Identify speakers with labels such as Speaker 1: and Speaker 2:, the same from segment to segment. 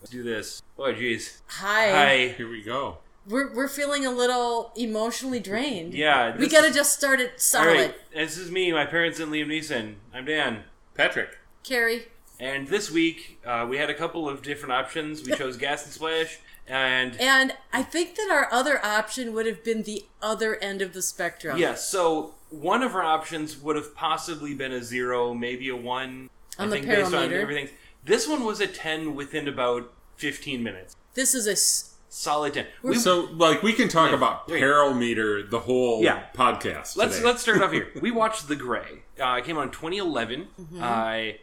Speaker 1: Let's do this. Boy, jeez.
Speaker 2: Hi.
Speaker 1: Hi.
Speaker 3: Here we go.
Speaker 2: We're, we're feeling a little emotionally drained.
Speaker 1: Yeah.
Speaker 2: We
Speaker 1: this-
Speaker 2: gotta just start it
Speaker 1: All
Speaker 2: solid.
Speaker 1: right. This is me, my parents, and Liam Neeson. I'm Dan.
Speaker 3: Patrick.
Speaker 2: Carrie.
Speaker 1: And this week, uh, we had a couple of different options. We chose Gas and Splash, and
Speaker 2: And I think that our other option would have been the other end of the spectrum.
Speaker 1: yeah, so one of our options would have possibly been a zero, maybe a one.
Speaker 2: On the
Speaker 1: based on
Speaker 2: parameter.
Speaker 1: everything. This one was a ten within about fifteen minutes.
Speaker 2: This is a. s-
Speaker 1: Solid ten. We-
Speaker 3: So, like, we can talk about
Speaker 1: wait.
Speaker 3: peril meter the whole
Speaker 1: Yeah.
Speaker 3: podcast.
Speaker 1: let's
Speaker 3: today.
Speaker 1: let's start off here. We watched The Gray. Uh, it came out in 2011. I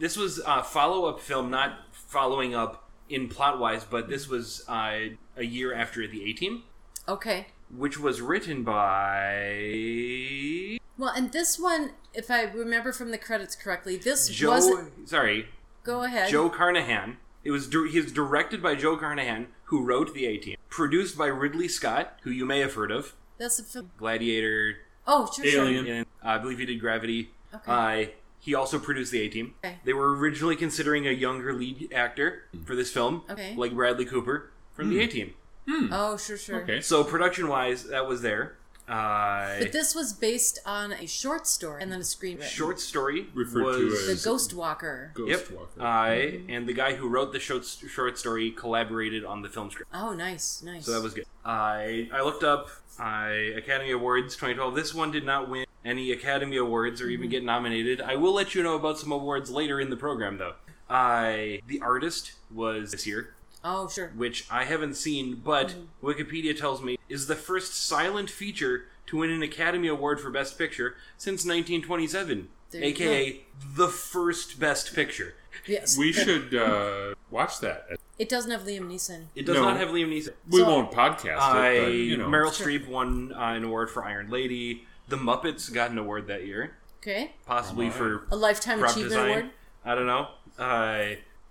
Speaker 1: this was a follow up film, not following up in plot wise, but this was uh, a year after The A Team,
Speaker 2: Okay.
Speaker 1: which was written by
Speaker 2: Well, and this one, if I remember from the credits correctly, this
Speaker 1: Joe.
Speaker 2: was.
Speaker 1: Sorry,
Speaker 2: Go ahead.
Speaker 1: Joe Carnahan. It was dir- he was directed by Joe Carnahan, who wrote The A Team. Produced by Ridley Scott, who you may have heard of,
Speaker 2: That's a film.
Speaker 1: Gladiator.
Speaker 2: Oh, sure, sure.
Speaker 3: Alien.
Speaker 1: And, uh, I believe he did Gravity.
Speaker 2: Okay.
Speaker 1: Uh, he also produced the A Team.
Speaker 2: Okay.
Speaker 1: They were originally considering a younger lead actor
Speaker 3: Mm.
Speaker 1: for this film,
Speaker 2: Okay.
Speaker 1: like Bradley Cooper from the A Team.
Speaker 2: Oh, sure, sure.
Speaker 3: Okay.
Speaker 1: So production wise, that was there. Uh,
Speaker 2: But this was based on a short story and then a screenplay.
Speaker 1: short story
Speaker 3: Referred to
Speaker 1: was
Speaker 2: The
Speaker 3: as- Mm-hmm.
Speaker 2: Ghost Walker.
Speaker 3: Ghost
Speaker 1: yep. Uh,
Speaker 3: Walker.
Speaker 1: I and the guy who wrote the short short story collaborated on the film script.
Speaker 2: Oh, nice, nice.
Speaker 1: So that was good. I I looked up I Academy Awards 2012. This one did not win any Academy Awards or
Speaker 2: Mm-hmm.
Speaker 1: even get nominated. I will let you know about some awards later in the program, though. I the artist was this year,
Speaker 2: Oh, sure.
Speaker 1: which I haven't seen, but
Speaker 2: Mm-hmm.
Speaker 1: Wikipedia tells me is the first silent feature to win an Academy Award for Best Picture since 1927,
Speaker 2: There you
Speaker 1: aka the first Best Picture.
Speaker 2: Yes.
Speaker 3: We should uh, watch that.
Speaker 2: It doesn't have Liam Neeson.
Speaker 1: It does
Speaker 3: No.
Speaker 1: not have Liam Neeson.
Speaker 3: We
Speaker 2: So-
Speaker 3: won't podcast
Speaker 1: I
Speaker 3: it, but, you know.
Speaker 1: Meryl Streep won uh, an award for Iron Lady. The Muppets got an award that year,
Speaker 2: Okay.
Speaker 1: possibly for
Speaker 2: A lifetime
Speaker 1: prop
Speaker 2: achievement
Speaker 1: design.
Speaker 2: award.
Speaker 1: I don't know. Uh,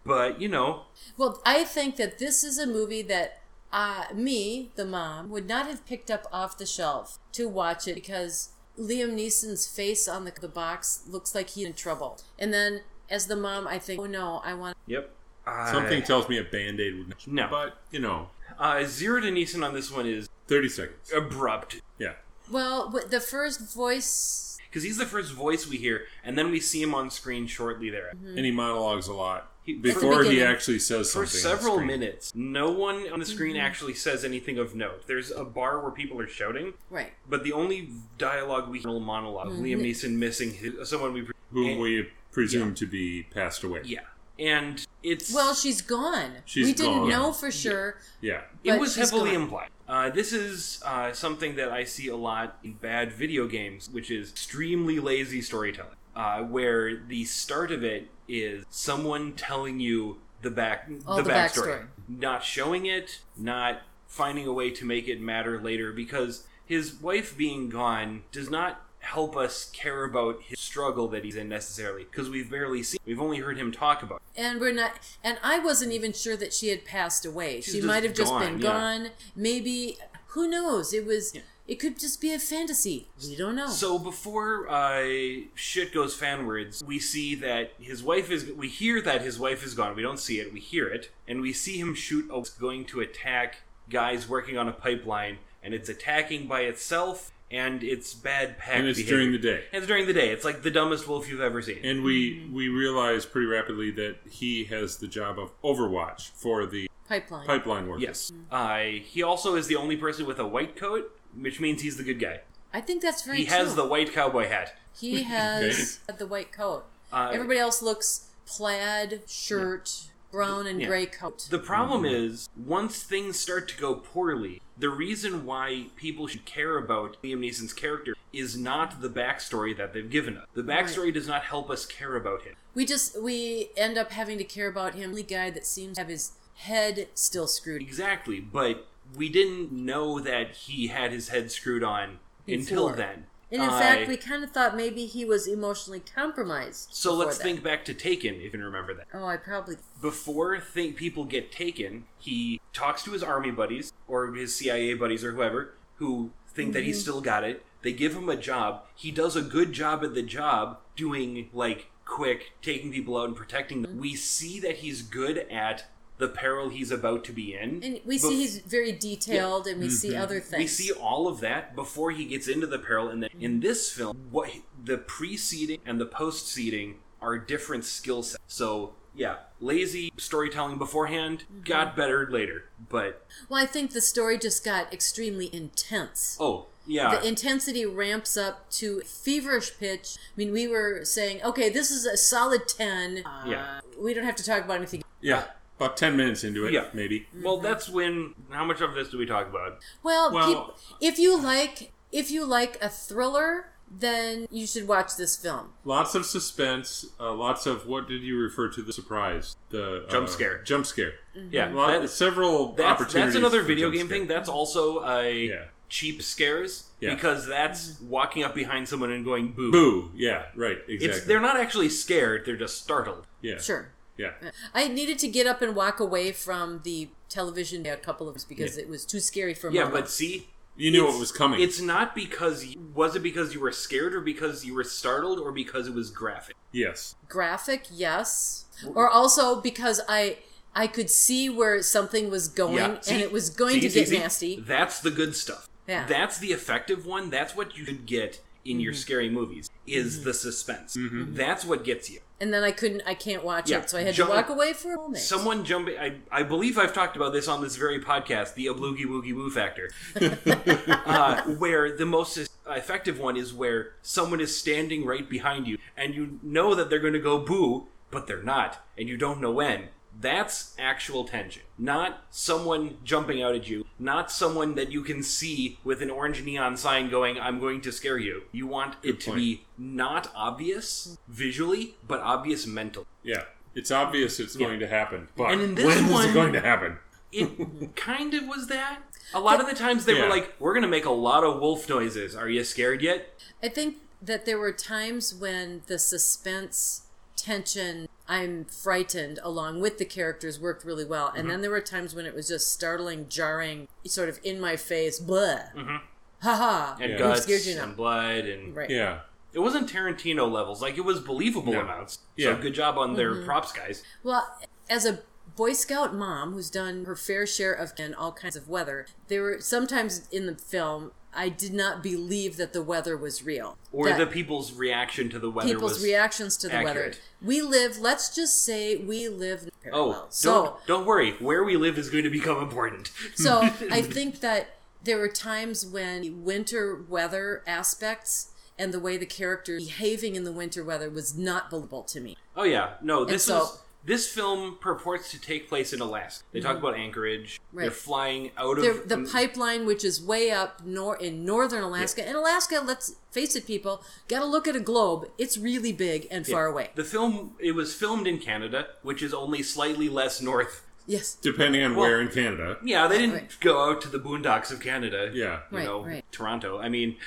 Speaker 1: but you know,
Speaker 2: Well, I think that this is a movie that uh, me, the mom, would not have picked up off the shelf to watch it because Liam Neeson's face on the, the box looks like he's in trouble. And then as the mom, I think, oh no, I want.
Speaker 1: yep. Uh,
Speaker 3: Something tells me a band aid would.
Speaker 1: No.
Speaker 3: But, you know,
Speaker 1: uh, zero to Neeson on this one is
Speaker 3: 30 seconds.
Speaker 1: abrupt
Speaker 3: Yeah.
Speaker 2: Well, w- the first voice.
Speaker 1: because he's the first voice we hear, and then we see him on screen shortly there.
Speaker 2: Mm-hmm.
Speaker 3: And he monologues a lot.
Speaker 1: He-
Speaker 2: At
Speaker 3: Before
Speaker 2: the
Speaker 3: he
Speaker 2: beginning.
Speaker 3: actually says
Speaker 1: For
Speaker 3: something. on
Speaker 1: several
Speaker 3: screen.
Speaker 1: minutes, no one on the screen
Speaker 2: Mm-hmm.
Speaker 1: actually says anything of note. There's a bar where people are shouting,
Speaker 2: Right.
Speaker 1: but the only dialogue we hear monolog
Speaker 2: Mm-hmm.
Speaker 1: Liam Neeson missing his, someone we
Speaker 3: Whom we presume to be passed away.
Speaker 1: Yeah, and it's
Speaker 2: Well, she's gone.
Speaker 3: She's
Speaker 2: we didn't
Speaker 3: gone.
Speaker 2: know for sure.
Speaker 3: Yeah.
Speaker 1: it
Speaker 2: but
Speaker 1: was
Speaker 2: she's
Speaker 1: heavily
Speaker 2: gone.
Speaker 1: implied. Uh, this is uh, something that I see a lot in bad video games, which is extremely lazy storytelling, uh, where the start of it is someone telling you the back
Speaker 2: All
Speaker 1: the,
Speaker 2: the
Speaker 1: backstory.
Speaker 2: backstory.
Speaker 1: not showing it, not finding a way to make it matter later, because his wife being gone does not help us care about his struggle that he's in necessarily because we've barely seen we've only heard him talk about it.
Speaker 2: and we're not and i wasn't even sure that she had passed away she
Speaker 1: just
Speaker 2: might have just been
Speaker 1: gone, yeah.
Speaker 2: gone maybe who knows it was it could just be a fantasy we don't know
Speaker 1: So before uh, shit goes fanwards, we see that his wife is. We hear that his wife is gone. We don't see it. We hear it, and we see him shoot. A, going to attack guys working on a pipeline, and it's attacking by itself, and it's bad pack.
Speaker 3: And it's
Speaker 1: behavior.
Speaker 3: during the day.
Speaker 1: And it's during the day. It's like the dumbest wolf you've ever seen.
Speaker 3: And we
Speaker 1: Mm-hmm.
Speaker 3: we realize pretty rapidly that he has the job of Overwatch for the
Speaker 2: pipeline
Speaker 3: pipeline workers.
Speaker 1: yes. Uh, he also is the only person with a white coat, which means he's the good guy.
Speaker 2: i think that's very
Speaker 1: He has the
Speaker 2: true.
Speaker 1: white cowboy hat.
Speaker 2: he has the white coat
Speaker 1: Uh,
Speaker 2: everybody else looks plaid shirt brown and
Speaker 1: Yeah.
Speaker 2: gray coat
Speaker 1: The problem is, once things start to go poorly, the reason why people should care about Liam Neeson's character is not the backstory that they've given us. The backstory does not help us care about him.
Speaker 2: we just we end up having to care about him the guy that seems to have his head still screwed
Speaker 1: Exactly, but we didn't know that he had his head screwed on until
Speaker 2: Before.
Speaker 1: then.
Speaker 2: and in
Speaker 1: I-
Speaker 2: fact we kind of thought maybe he was emotionally compromised
Speaker 1: So
Speaker 2: before
Speaker 1: let's
Speaker 2: that.
Speaker 1: think back to Taken, if you can remember that.
Speaker 2: oh i probably
Speaker 1: before think people get taken, he talks to his army buddies or his CIA buddies or whoever who think that
Speaker 2: Mhm.
Speaker 1: he's still got it. They give him a job. He does a good job at the job, doing like quick, taking people out and protecting them. We see that he's good at the peril he's about to be in.
Speaker 2: And we see
Speaker 1: Bef-
Speaker 2: he's very detailed, and we see other things.
Speaker 1: Mm-hmm. we see all of that before he gets into the peril, and then in this film, what the preceding and the post seeding are different skill sets. So yeah, lazy storytelling beforehand
Speaker 2: Mm-hmm.
Speaker 1: got better later, but
Speaker 2: well, I think the story just got extremely intense.
Speaker 1: oh yeah,
Speaker 2: The intensity ramps up to feverish pitch. I mean, we were saying, okay, this is a solid 10. Uh,
Speaker 1: Yeah.
Speaker 2: We don't have to talk about anything.
Speaker 3: Yeah, about ten minutes into it,
Speaker 1: Yeah.
Speaker 3: maybe.
Speaker 1: well
Speaker 2: mm-hmm.
Speaker 1: that's when. How much of this do we talk about?
Speaker 2: Well,
Speaker 3: Well-
Speaker 2: peop- if you like if you like a thriller, then you should watch this film.
Speaker 3: Lots of suspense. Uh, lots of what did you refer to the surprise? The uh,
Speaker 1: Jump scare.
Speaker 3: Jump scare.
Speaker 2: Mm-hmm.
Speaker 1: Yeah,
Speaker 3: Lot-
Speaker 1: that-
Speaker 3: several
Speaker 1: that's,
Speaker 3: opportunities.
Speaker 1: that's another
Speaker 3: for
Speaker 1: video
Speaker 3: jump
Speaker 1: game
Speaker 3: scare.
Speaker 1: thing. That's also a
Speaker 3: Yeah.
Speaker 1: cheap scares
Speaker 3: Yeah.
Speaker 1: because that's
Speaker 2: Mm-hmm.
Speaker 1: walking up behind someone and going boo.
Speaker 3: Boo. Yeah. Right. Exactly.
Speaker 1: It's they're not actually scared; they're just startled.
Speaker 3: yeah.
Speaker 2: Sure.
Speaker 3: Yeah.
Speaker 2: I needed to get up and walk away from the television a couple of times because it was too scary for me.
Speaker 1: Yeah, but see,
Speaker 3: You knew
Speaker 1: It's-
Speaker 3: it was coming.
Speaker 1: It's not because you, was it because you were scared or because you were startled or because it was graphic.
Speaker 3: yes.
Speaker 2: graphic, yes, or also because I I could see where something was going
Speaker 1: See-
Speaker 2: and it was going
Speaker 1: see,
Speaker 2: to
Speaker 1: see,
Speaker 2: get
Speaker 1: see?
Speaker 2: nasty.
Speaker 1: That's the good stuff.
Speaker 2: Yeah. Mm-hmm.
Speaker 1: That's the effective one. That's what you should get in your scary movies is the suspense. That's what gets you.
Speaker 2: and then I couldn't, I can't watch
Speaker 1: Yeah,
Speaker 2: it, so I had
Speaker 1: John-
Speaker 2: to walk away for a moment.
Speaker 1: Someone jumping. I, I believe I've talked about this on this very podcast, the Obloogie Woogie Woo factor, uh, where the most is- effective one is where someone is standing right behind you, and you know that they're going to go boo, but they're not, and you don't know when. That's actual tension, not someone jumping out at you, not someone that you can see with an orange neon sign going, "I'm going to scare you." You want it to
Speaker 3: point.
Speaker 1: be not obvious visually, but obvious mentally.
Speaker 3: Yeah. It's obvious it's going to happen, but
Speaker 1: And in this
Speaker 3: when is
Speaker 1: one-
Speaker 3: it going to happen?
Speaker 1: it kind of was that. A lot of the times they
Speaker 3: Yeah.
Speaker 1: were like, "We're gonna make a lot of wolf noises. Are you scared yet?"
Speaker 2: I think that there were times when the suspense, tension, I'm frightened along with the characters worked really well.
Speaker 1: Mm-hmm.
Speaker 2: And then there were times when it was just startling, jarring, sort of in my face, bleh. Mm-hmm. Ha
Speaker 1: And
Speaker 3: Yeah.
Speaker 1: guts
Speaker 2: scared you now.
Speaker 1: and blood and
Speaker 2: Right.
Speaker 3: Yeah.
Speaker 1: it wasn't Tarantino levels. Like it was believable
Speaker 3: No.
Speaker 1: amounts.
Speaker 3: Yeah.
Speaker 1: So good job on their
Speaker 2: Mm-hmm.
Speaker 1: props, guys.
Speaker 2: Well, as a Boy Scout mom who's done her fair share of and all kinds of weather, there were sometimes in the film I did not believe that the weather was real.
Speaker 1: Or
Speaker 2: That
Speaker 1: the people's reaction to the weather.
Speaker 2: people's
Speaker 1: was,
Speaker 2: reactions to the weather.
Speaker 1: accurate.
Speaker 2: We live. Let's just say we live.
Speaker 1: Oh,
Speaker 2: Parallel. so
Speaker 1: don't don't worry. Where we live is going to become important.
Speaker 2: so I think that there were times when the winter weather aspects and the way the character behaving in the winter weather was not believable to me.
Speaker 1: Oh yeah, no. This
Speaker 2: so-
Speaker 1: is this film purports to take place in Alaska. They talk about Anchorage. They're
Speaker 2: Mm-hmm. Right.
Speaker 1: flying out
Speaker 2: the,
Speaker 1: of
Speaker 2: the pipeline, which is way up nor in northern Alaska, and Alaska, let's face it, people, got to look at a globe. It's really big and far away.
Speaker 1: The film it was filmed in Canada, which is only slightly less north
Speaker 2: Yes,
Speaker 3: Depending on where in Canada.
Speaker 1: Yeah, they didn't
Speaker 2: Right.
Speaker 1: go out to the boondocks of Canada.
Speaker 3: Yeah.
Speaker 1: You
Speaker 2: Right,
Speaker 1: know,
Speaker 2: right.
Speaker 1: Toronto. I mean,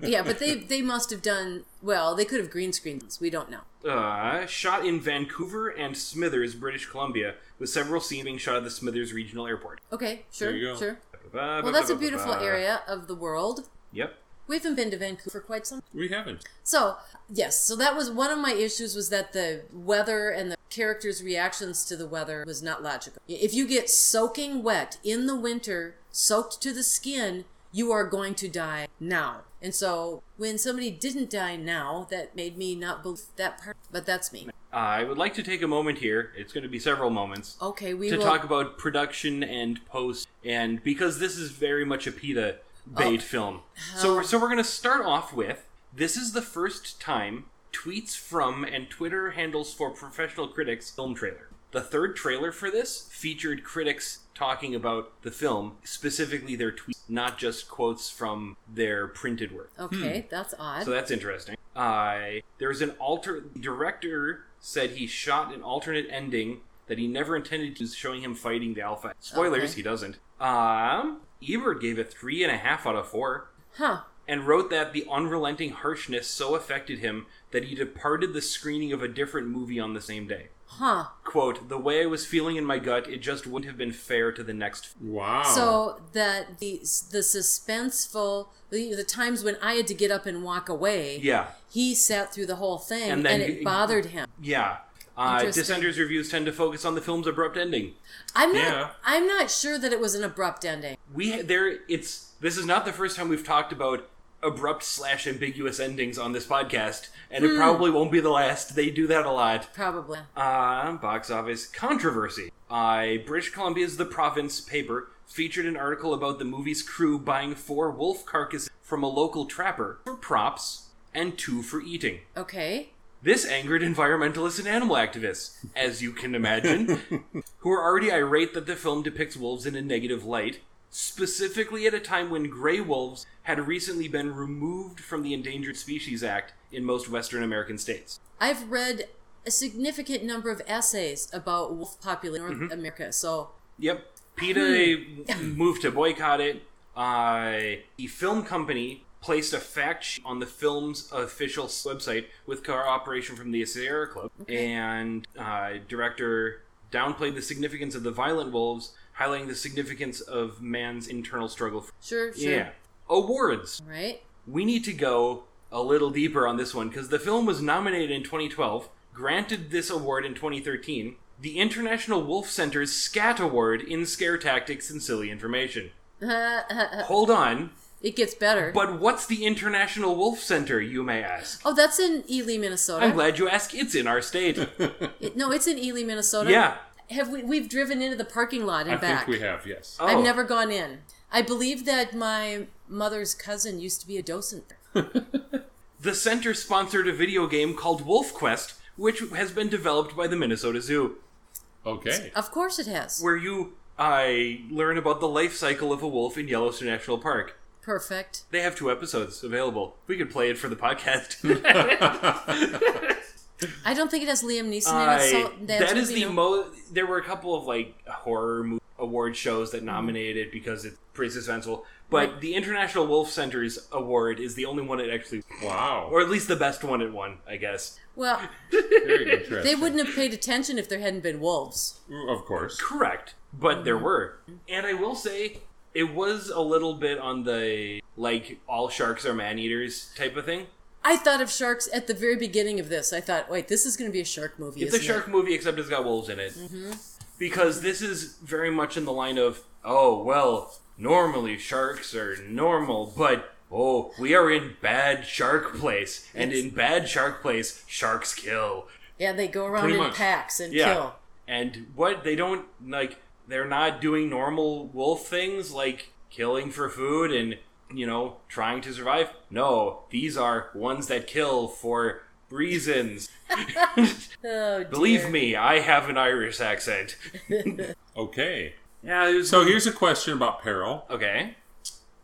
Speaker 2: yeah, but they they must have done well. They could have green screened. this. We don't know.
Speaker 1: uh, shot in Vancouver and Smithers, British Columbia, with several scenes being shot at the Smithers Regional Airport.
Speaker 2: Okay, sure,
Speaker 3: There you go.
Speaker 2: sure. Well, that's a beautiful area of the world.
Speaker 1: Yep.
Speaker 2: We haven't been to Vancouver for quite some.
Speaker 3: We haven't.
Speaker 2: So yes, so that was one of my issues was that the weather and the characters' reactions to the weather was not logical. If you get soaking wet in the winter, soaked to the skin, you are going to die now. And so when somebody didn't die now, that made me not believe that part. But that's me.
Speaker 1: I would like to take a moment here. It's going to be several moments.
Speaker 2: Okay, we
Speaker 1: to
Speaker 2: will.
Speaker 1: talk about production and post and because this is very much a PETA
Speaker 2: Oh.
Speaker 1: bait film. So we're, so we're going to start off with this is the first time tweets from and Twitter handles for professional critics film trailer. The third trailer for this featured critics talking about the film, specifically their tweets, not just quotes from their printed work.
Speaker 2: okay, that's odd.
Speaker 1: hmm. So that's interesting. I there's an alter director said he shot an alternate ending that he never intended to, showing him fighting the alpha. Spoilers,
Speaker 2: Okay.
Speaker 1: he doesn't. Um, Ebert gave it three and a half out of four,
Speaker 2: huh?
Speaker 1: and wrote that the unrelenting harshness so affected him that he departed the screening of a different movie on the same day.
Speaker 2: Huh?
Speaker 1: "Quote: The way I was feeling in my gut, it just wouldn't have been fair to the next." f-
Speaker 3: Wow.
Speaker 2: So that the the suspenseful the, the times when I had to get up and walk away.
Speaker 1: Yeah,
Speaker 2: He sat through the whole thing,
Speaker 1: And
Speaker 2: and,
Speaker 1: then
Speaker 2: it
Speaker 1: you-
Speaker 2: bothered him.
Speaker 1: yeah. Uh,
Speaker 2: Interesting.
Speaker 1: Dissenters reviews tend to focus on the film's abrupt ending.
Speaker 2: I'm not.
Speaker 3: Yeah.
Speaker 2: I'm not sure that it was an abrupt ending.
Speaker 1: We there it's this is not the first time we've talked about abrupt slash ambiguous endings on this podcast, and it probably won't be the last. They do that a lot.
Speaker 2: Probably.
Speaker 1: Uh, box office controversy. Uh, British Columbia's The Province paper featured an article about the movie's crew buying four wolf carcasses from a local trapper for props and two for eating.
Speaker 2: Okay.
Speaker 1: This angered environmentalists and animal activists, as you can imagine, who are already irate that the film depicts wolves in a negative light, specifically at a time when gray wolves had recently been removed from the Endangered Species Act in most Western American states.
Speaker 2: I've read a significant number of essays about wolf population in North
Speaker 1: Mm-hmm.
Speaker 2: America. So
Speaker 1: Yep. PETA moved to boycott it. Uh, the film company placed a fact sheet on the film's official website with cooperation from the Sierra Club, and uh, director downplayed the significance of the violent wolves, highlighting the significance of man's internal struggle. For-
Speaker 2: sure, sure.
Speaker 1: Yeah. Awards.
Speaker 2: Right.
Speaker 1: We need to go a little deeper on this one because the film was nominated in 2012, granted this award in 2013, the International Wolf Center's SCAT Award in Scare Tactics and Silly Information. Hold on,
Speaker 2: It gets better.
Speaker 1: but what's the International Wolf Center, you may ask?
Speaker 2: oh, that's in Ely, Minnesota.
Speaker 1: I'm glad you ask. It's in our state.
Speaker 2: It- no, it's in Ely, Minnesota.
Speaker 1: yeah.
Speaker 2: Have we? We've driven into the parking lot and
Speaker 3: I
Speaker 2: back.
Speaker 3: think we have, yes.
Speaker 1: Oh,
Speaker 2: I've never gone in. I believe that my mother's cousin used to be a docent.
Speaker 1: The center sponsored a video game called Wolf Quest, which has been developed by the Minnesota Zoo.
Speaker 3: Okay.
Speaker 2: Of course, it has.
Speaker 1: where you I learn about the life cycle of a wolf in Yellowstone National Park.
Speaker 2: Perfect.
Speaker 1: They have two episodes available. We could play it for the podcast.
Speaker 2: I don't think it has Liam Neeson in it.
Speaker 1: I-
Speaker 2: So that's
Speaker 1: that is the
Speaker 2: no-
Speaker 1: mo There were a couple of like horror mo- award shows that nominated it because it's pretty suspenseful. But the International Wolf Center's award is the only one it actually,
Speaker 3: Wow.
Speaker 1: or at least the best one it won, I guess.
Speaker 2: Well,
Speaker 3: Very interesting.
Speaker 2: they wouldn't have paid attention if there hadn't been wolves.
Speaker 3: Of course.
Speaker 1: Correct, but there were, and I will say it was a little bit on the like all sharks are man eaters type of thing.
Speaker 2: I thought of sharks at the very beginning of this. I thought, wait, this is going to be a shark movie.
Speaker 1: It's a
Speaker 2: isn't it? Mm-hmm.
Speaker 1: shark movie, except it's got wolves in it. Because this is very much in the line of, oh, well, normally sharks are normal, but oh, we are in bad shark place. And in bad shark place, sharks kill.
Speaker 2: Yeah, they go around
Speaker 3: Pretty
Speaker 2: in
Speaker 3: much.
Speaker 2: packs and
Speaker 1: Yeah.
Speaker 2: kill.
Speaker 1: And what? They don't, like, they're not doing normal wolf things like killing for food and, you know, trying to survive. No, these are ones that kill for reasons.
Speaker 2: Oh, dear.
Speaker 1: Believe me, I have an Irish accent.
Speaker 3: Okay.
Speaker 1: Yeah, it was
Speaker 3: So here's a question about peril.
Speaker 1: Okay.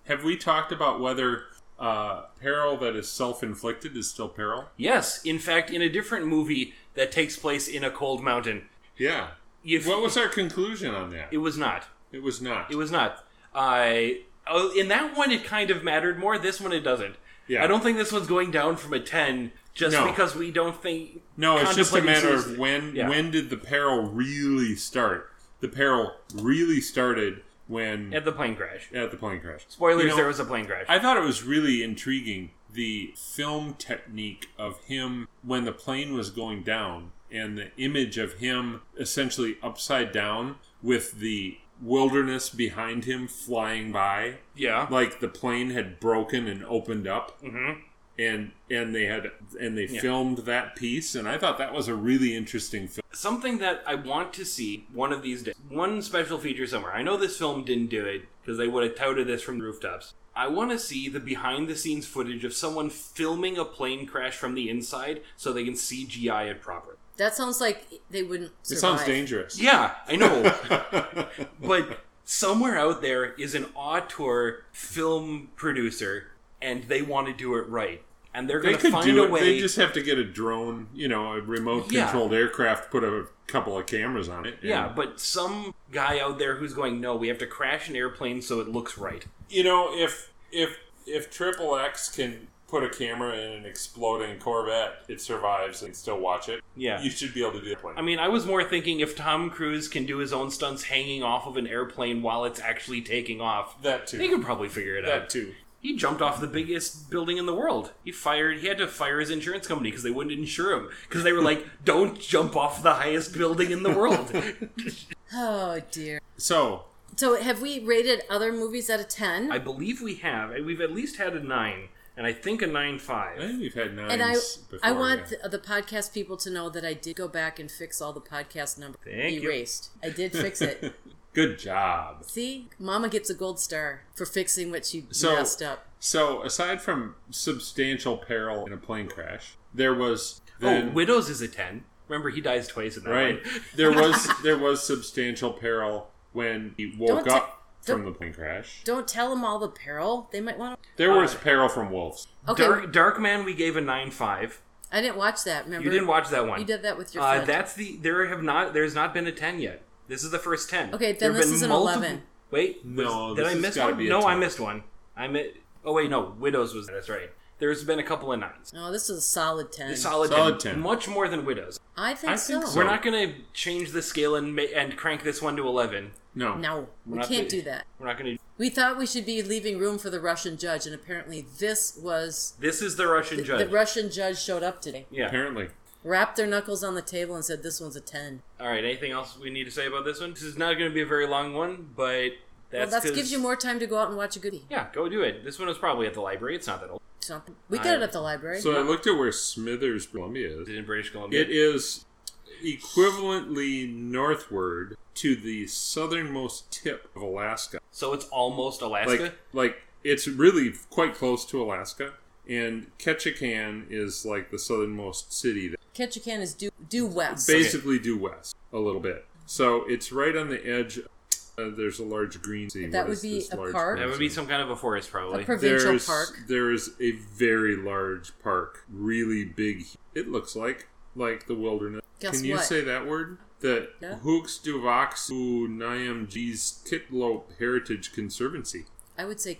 Speaker 3: Have we talked about whether uh, peril that is self inflicted is still peril?
Speaker 1: Yes, in fact, in a different movie that takes place in a cold mountain,
Speaker 3: Yeah.
Speaker 1: if
Speaker 3: What was our conclusion on that?
Speaker 1: it was not.
Speaker 3: It was not.
Speaker 1: It was not. I oh, in that one it kind of mattered more. This one it doesn't.
Speaker 3: Yeah.
Speaker 1: I don't think this one's going down from a ten just
Speaker 3: No.
Speaker 1: because we don't think.
Speaker 3: No, it's just a
Speaker 1: contemplating
Speaker 3: matter
Speaker 1: suicide.
Speaker 3: of when
Speaker 1: Yeah.
Speaker 3: when did the peril really start? The peril really started when
Speaker 1: at the plane crash.
Speaker 3: at the plane crash.
Speaker 1: Spoilers:
Speaker 3: You know,
Speaker 1: there was a plane crash.
Speaker 3: I thought it was really intriguing the film technique of him when the plane was going down and the image of him essentially upside down with the wilderness behind him flying by
Speaker 1: yeah.
Speaker 3: like the plane had broken and opened up
Speaker 1: Mhm.
Speaker 3: and and they had and they filmed that piece and i thought that was a really interesting film
Speaker 1: Something that I want to see one of these days. One special feature somewhere. I know this film didn't do it because they would have touted this from the rooftops. I want to see the behind the scenes footage of someone filming a plane crash from the inside so they can CGI it properly.
Speaker 2: That sounds like they wouldn't.
Speaker 3: it
Speaker 2: Survive.
Speaker 3: sounds dangerous
Speaker 1: Yeah, I know. but somewhere out there is an auteur film producer and they want to do it right. And they're
Speaker 3: they
Speaker 1: going to
Speaker 3: could
Speaker 1: find
Speaker 3: do
Speaker 1: a
Speaker 3: it
Speaker 1: way.
Speaker 3: they just have to get a drone you know a remote
Speaker 1: Yeah.
Speaker 3: controlled aircraft put a couple of cameras on it and-
Speaker 1: yeah, but some guy out there who's going, no, we have to crash an airplane so it looks right.
Speaker 3: you know if if if triple x can put a camera in an exploding corvette it survives and still watch it
Speaker 1: Yeah.
Speaker 3: you should be able to do it
Speaker 1: I mean, I was more thinking if Tom Cruise can do his own stunts hanging off of an airplane while it's actually taking off,
Speaker 3: that too
Speaker 1: they could probably figure it
Speaker 3: that
Speaker 1: out.
Speaker 3: too
Speaker 1: He jumped off the biggest building in the world. He fired. He had to fire his insurance company because they wouldn't insure him because they were like, "Don't jump off the highest building in the world."
Speaker 2: Oh dear.
Speaker 3: So
Speaker 2: So have we rated other movies out of ten?
Speaker 1: I believe we have. We've at least had a nine, and I think a nine
Speaker 3: I
Speaker 1: five.
Speaker 3: think we've had nine.
Speaker 2: and I,
Speaker 3: before,
Speaker 2: I want
Speaker 3: yeah.
Speaker 2: the, the podcast people to know that I did go back and fix all the podcast numbers
Speaker 1: Thank you.
Speaker 2: erased. I did fix it.
Speaker 3: Good job.
Speaker 2: See, Mama gets a gold star for fixing what she
Speaker 3: So-
Speaker 2: messed up.
Speaker 3: So aside from substantial peril in a plane crash, there was
Speaker 1: Oh,
Speaker 3: then,
Speaker 1: Widows is a ten. Remember, he dies twice in that
Speaker 3: right
Speaker 1: one.
Speaker 3: there was there was substantial peril when he woke
Speaker 2: Don't ta-
Speaker 3: up from
Speaker 2: don't-
Speaker 3: the plane crash.
Speaker 2: Don't tell them all the peril. They might want
Speaker 3: There was peril from wolves.
Speaker 2: to. Okay,
Speaker 1: Dark, Dark Man, we gave a nine five.
Speaker 2: I didn't watch that. Remember,
Speaker 1: You didn't watch that one.
Speaker 2: You did that with your
Speaker 1: Uh,
Speaker 2: friend.
Speaker 1: that's the there have not there's not been a ten yet. This is the first ten.
Speaker 2: Okay, then
Speaker 1: There have
Speaker 2: this
Speaker 1: been
Speaker 2: is an
Speaker 1: multiple-
Speaker 2: 11.
Speaker 1: Wait, was-
Speaker 3: No,
Speaker 1: did
Speaker 3: this
Speaker 1: I
Speaker 3: has
Speaker 1: miss
Speaker 3: gotta
Speaker 1: one?
Speaker 3: be a
Speaker 1: no, I
Speaker 3: 10.
Speaker 1: missed one. I mi- Oh wait, no, Widows was that's right. There's been a couple of nines.
Speaker 2: No, Oh, this is a solid ten.
Speaker 1: Solid,
Speaker 3: Solid
Speaker 1: 10,
Speaker 3: 10.
Speaker 1: much more than Widows.
Speaker 2: I think
Speaker 3: I
Speaker 2: so.
Speaker 3: think so.
Speaker 1: We're not going to change the scale and ma- and crank this one to eleven.
Speaker 3: No,
Speaker 2: No, we
Speaker 1: not
Speaker 2: can't
Speaker 1: the-
Speaker 2: do that.
Speaker 1: We're not going to.
Speaker 2: We thought we should be leaving room for the Russian judge, and apparently this was
Speaker 1: This is the Russian judge.
Speaker 2: the Russian judge showed up today,
Speaker 1: yeah.
Speaker 3: apparently.
Speaker 2: wrapped their knuckles on the table, and said, "This one's a ten.
Speaker 1: All right. Anything else we need to say about this one? This is not going to be a very long one, but
Speaker 2: Well,
Speaker 1: that's
Speaker 2: that
Speaker 1: 'cause-
Speaker 2: gives you more time to go out and watch a goodie.
Speaker 1: Yeah, go do it. This one was probably at the library. It's not that old.
Speaker 2: Something. We got it at the library.
Speaker 3: So I looked at where Smithers, Columbia is.
Speaker 1: It's in British Columbia.
Speaker 3: It is equivalently northward to the southernmost tip of Alaska.
Speaker 1: So it's almost Alaska.
Speaker 3: Like, like it's really quite close to Alaska. And Ketchikan is like the southernmost city, that
Speaker 2: Ketchikan is due due west.
Speaker 3: basically due west a little bit. So it's right on the edge. Uh, there's a large green city.
Speaker 2: That
Speaker 3: What
Speaker 2: would
Speaker 3: is
Speaker 2: be
Speaker 3: this
Speaker 2: a
Speaker 3: large
Speaker 2: park?
Speaker 3: green
Speaker 1: that would be
Speaker 3: city?
Speaker 1: some kind of a forest, probably.
Speaker 2: A provincial
Speaker 3: There's
Speaker 2: park.
Speaker 3: there is a very large park, really big. It looks like like the wilderness.
Speaker 2: Guess
Speaker 3: Can you
Speaker 2: what?
Speaker 3: say that word? The
Speaker 2: Yeah.
Speaker 3: Hooks du Vox u Nyamgees Titlope Heritage Conservancy.
Speaker 2: I would say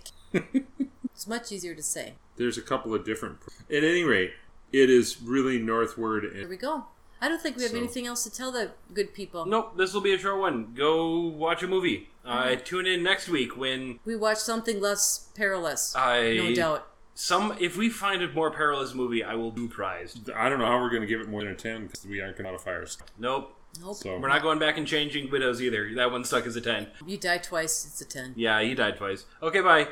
Speaker 2: it's much easier to say.
Speaker 3: There's a couple of different. At any rate, it is really northward
Speaker 2: There
Speaker 3: and
Speaker 2: we go. I don't think we have
Speaker 3: So-
Speaker 2: anything else to tell the good people.
Speaker 1: Nope, this will be a short one. Go watch a movie. Uh, tune in next week when
Speaker 2: We watched something less perilous.
Speaker 1: I
Speaker 2: no doubt.
Speaker 1: some if we find a more perilous movie, I will do prize.
Speaker 3: I don't know how we're going to give it more than a ten because we aren't going to modify our stuff.
Speaker 1: Nope,
Speaker 2: Nope.
Speaker 3: So
Speaker 1: we're not going back and changing widows either. That one stuck as a ten.
Speaker 2: You die twice, it's a ten.
Speaker 1: Yeah, he died twice. Okay, bye.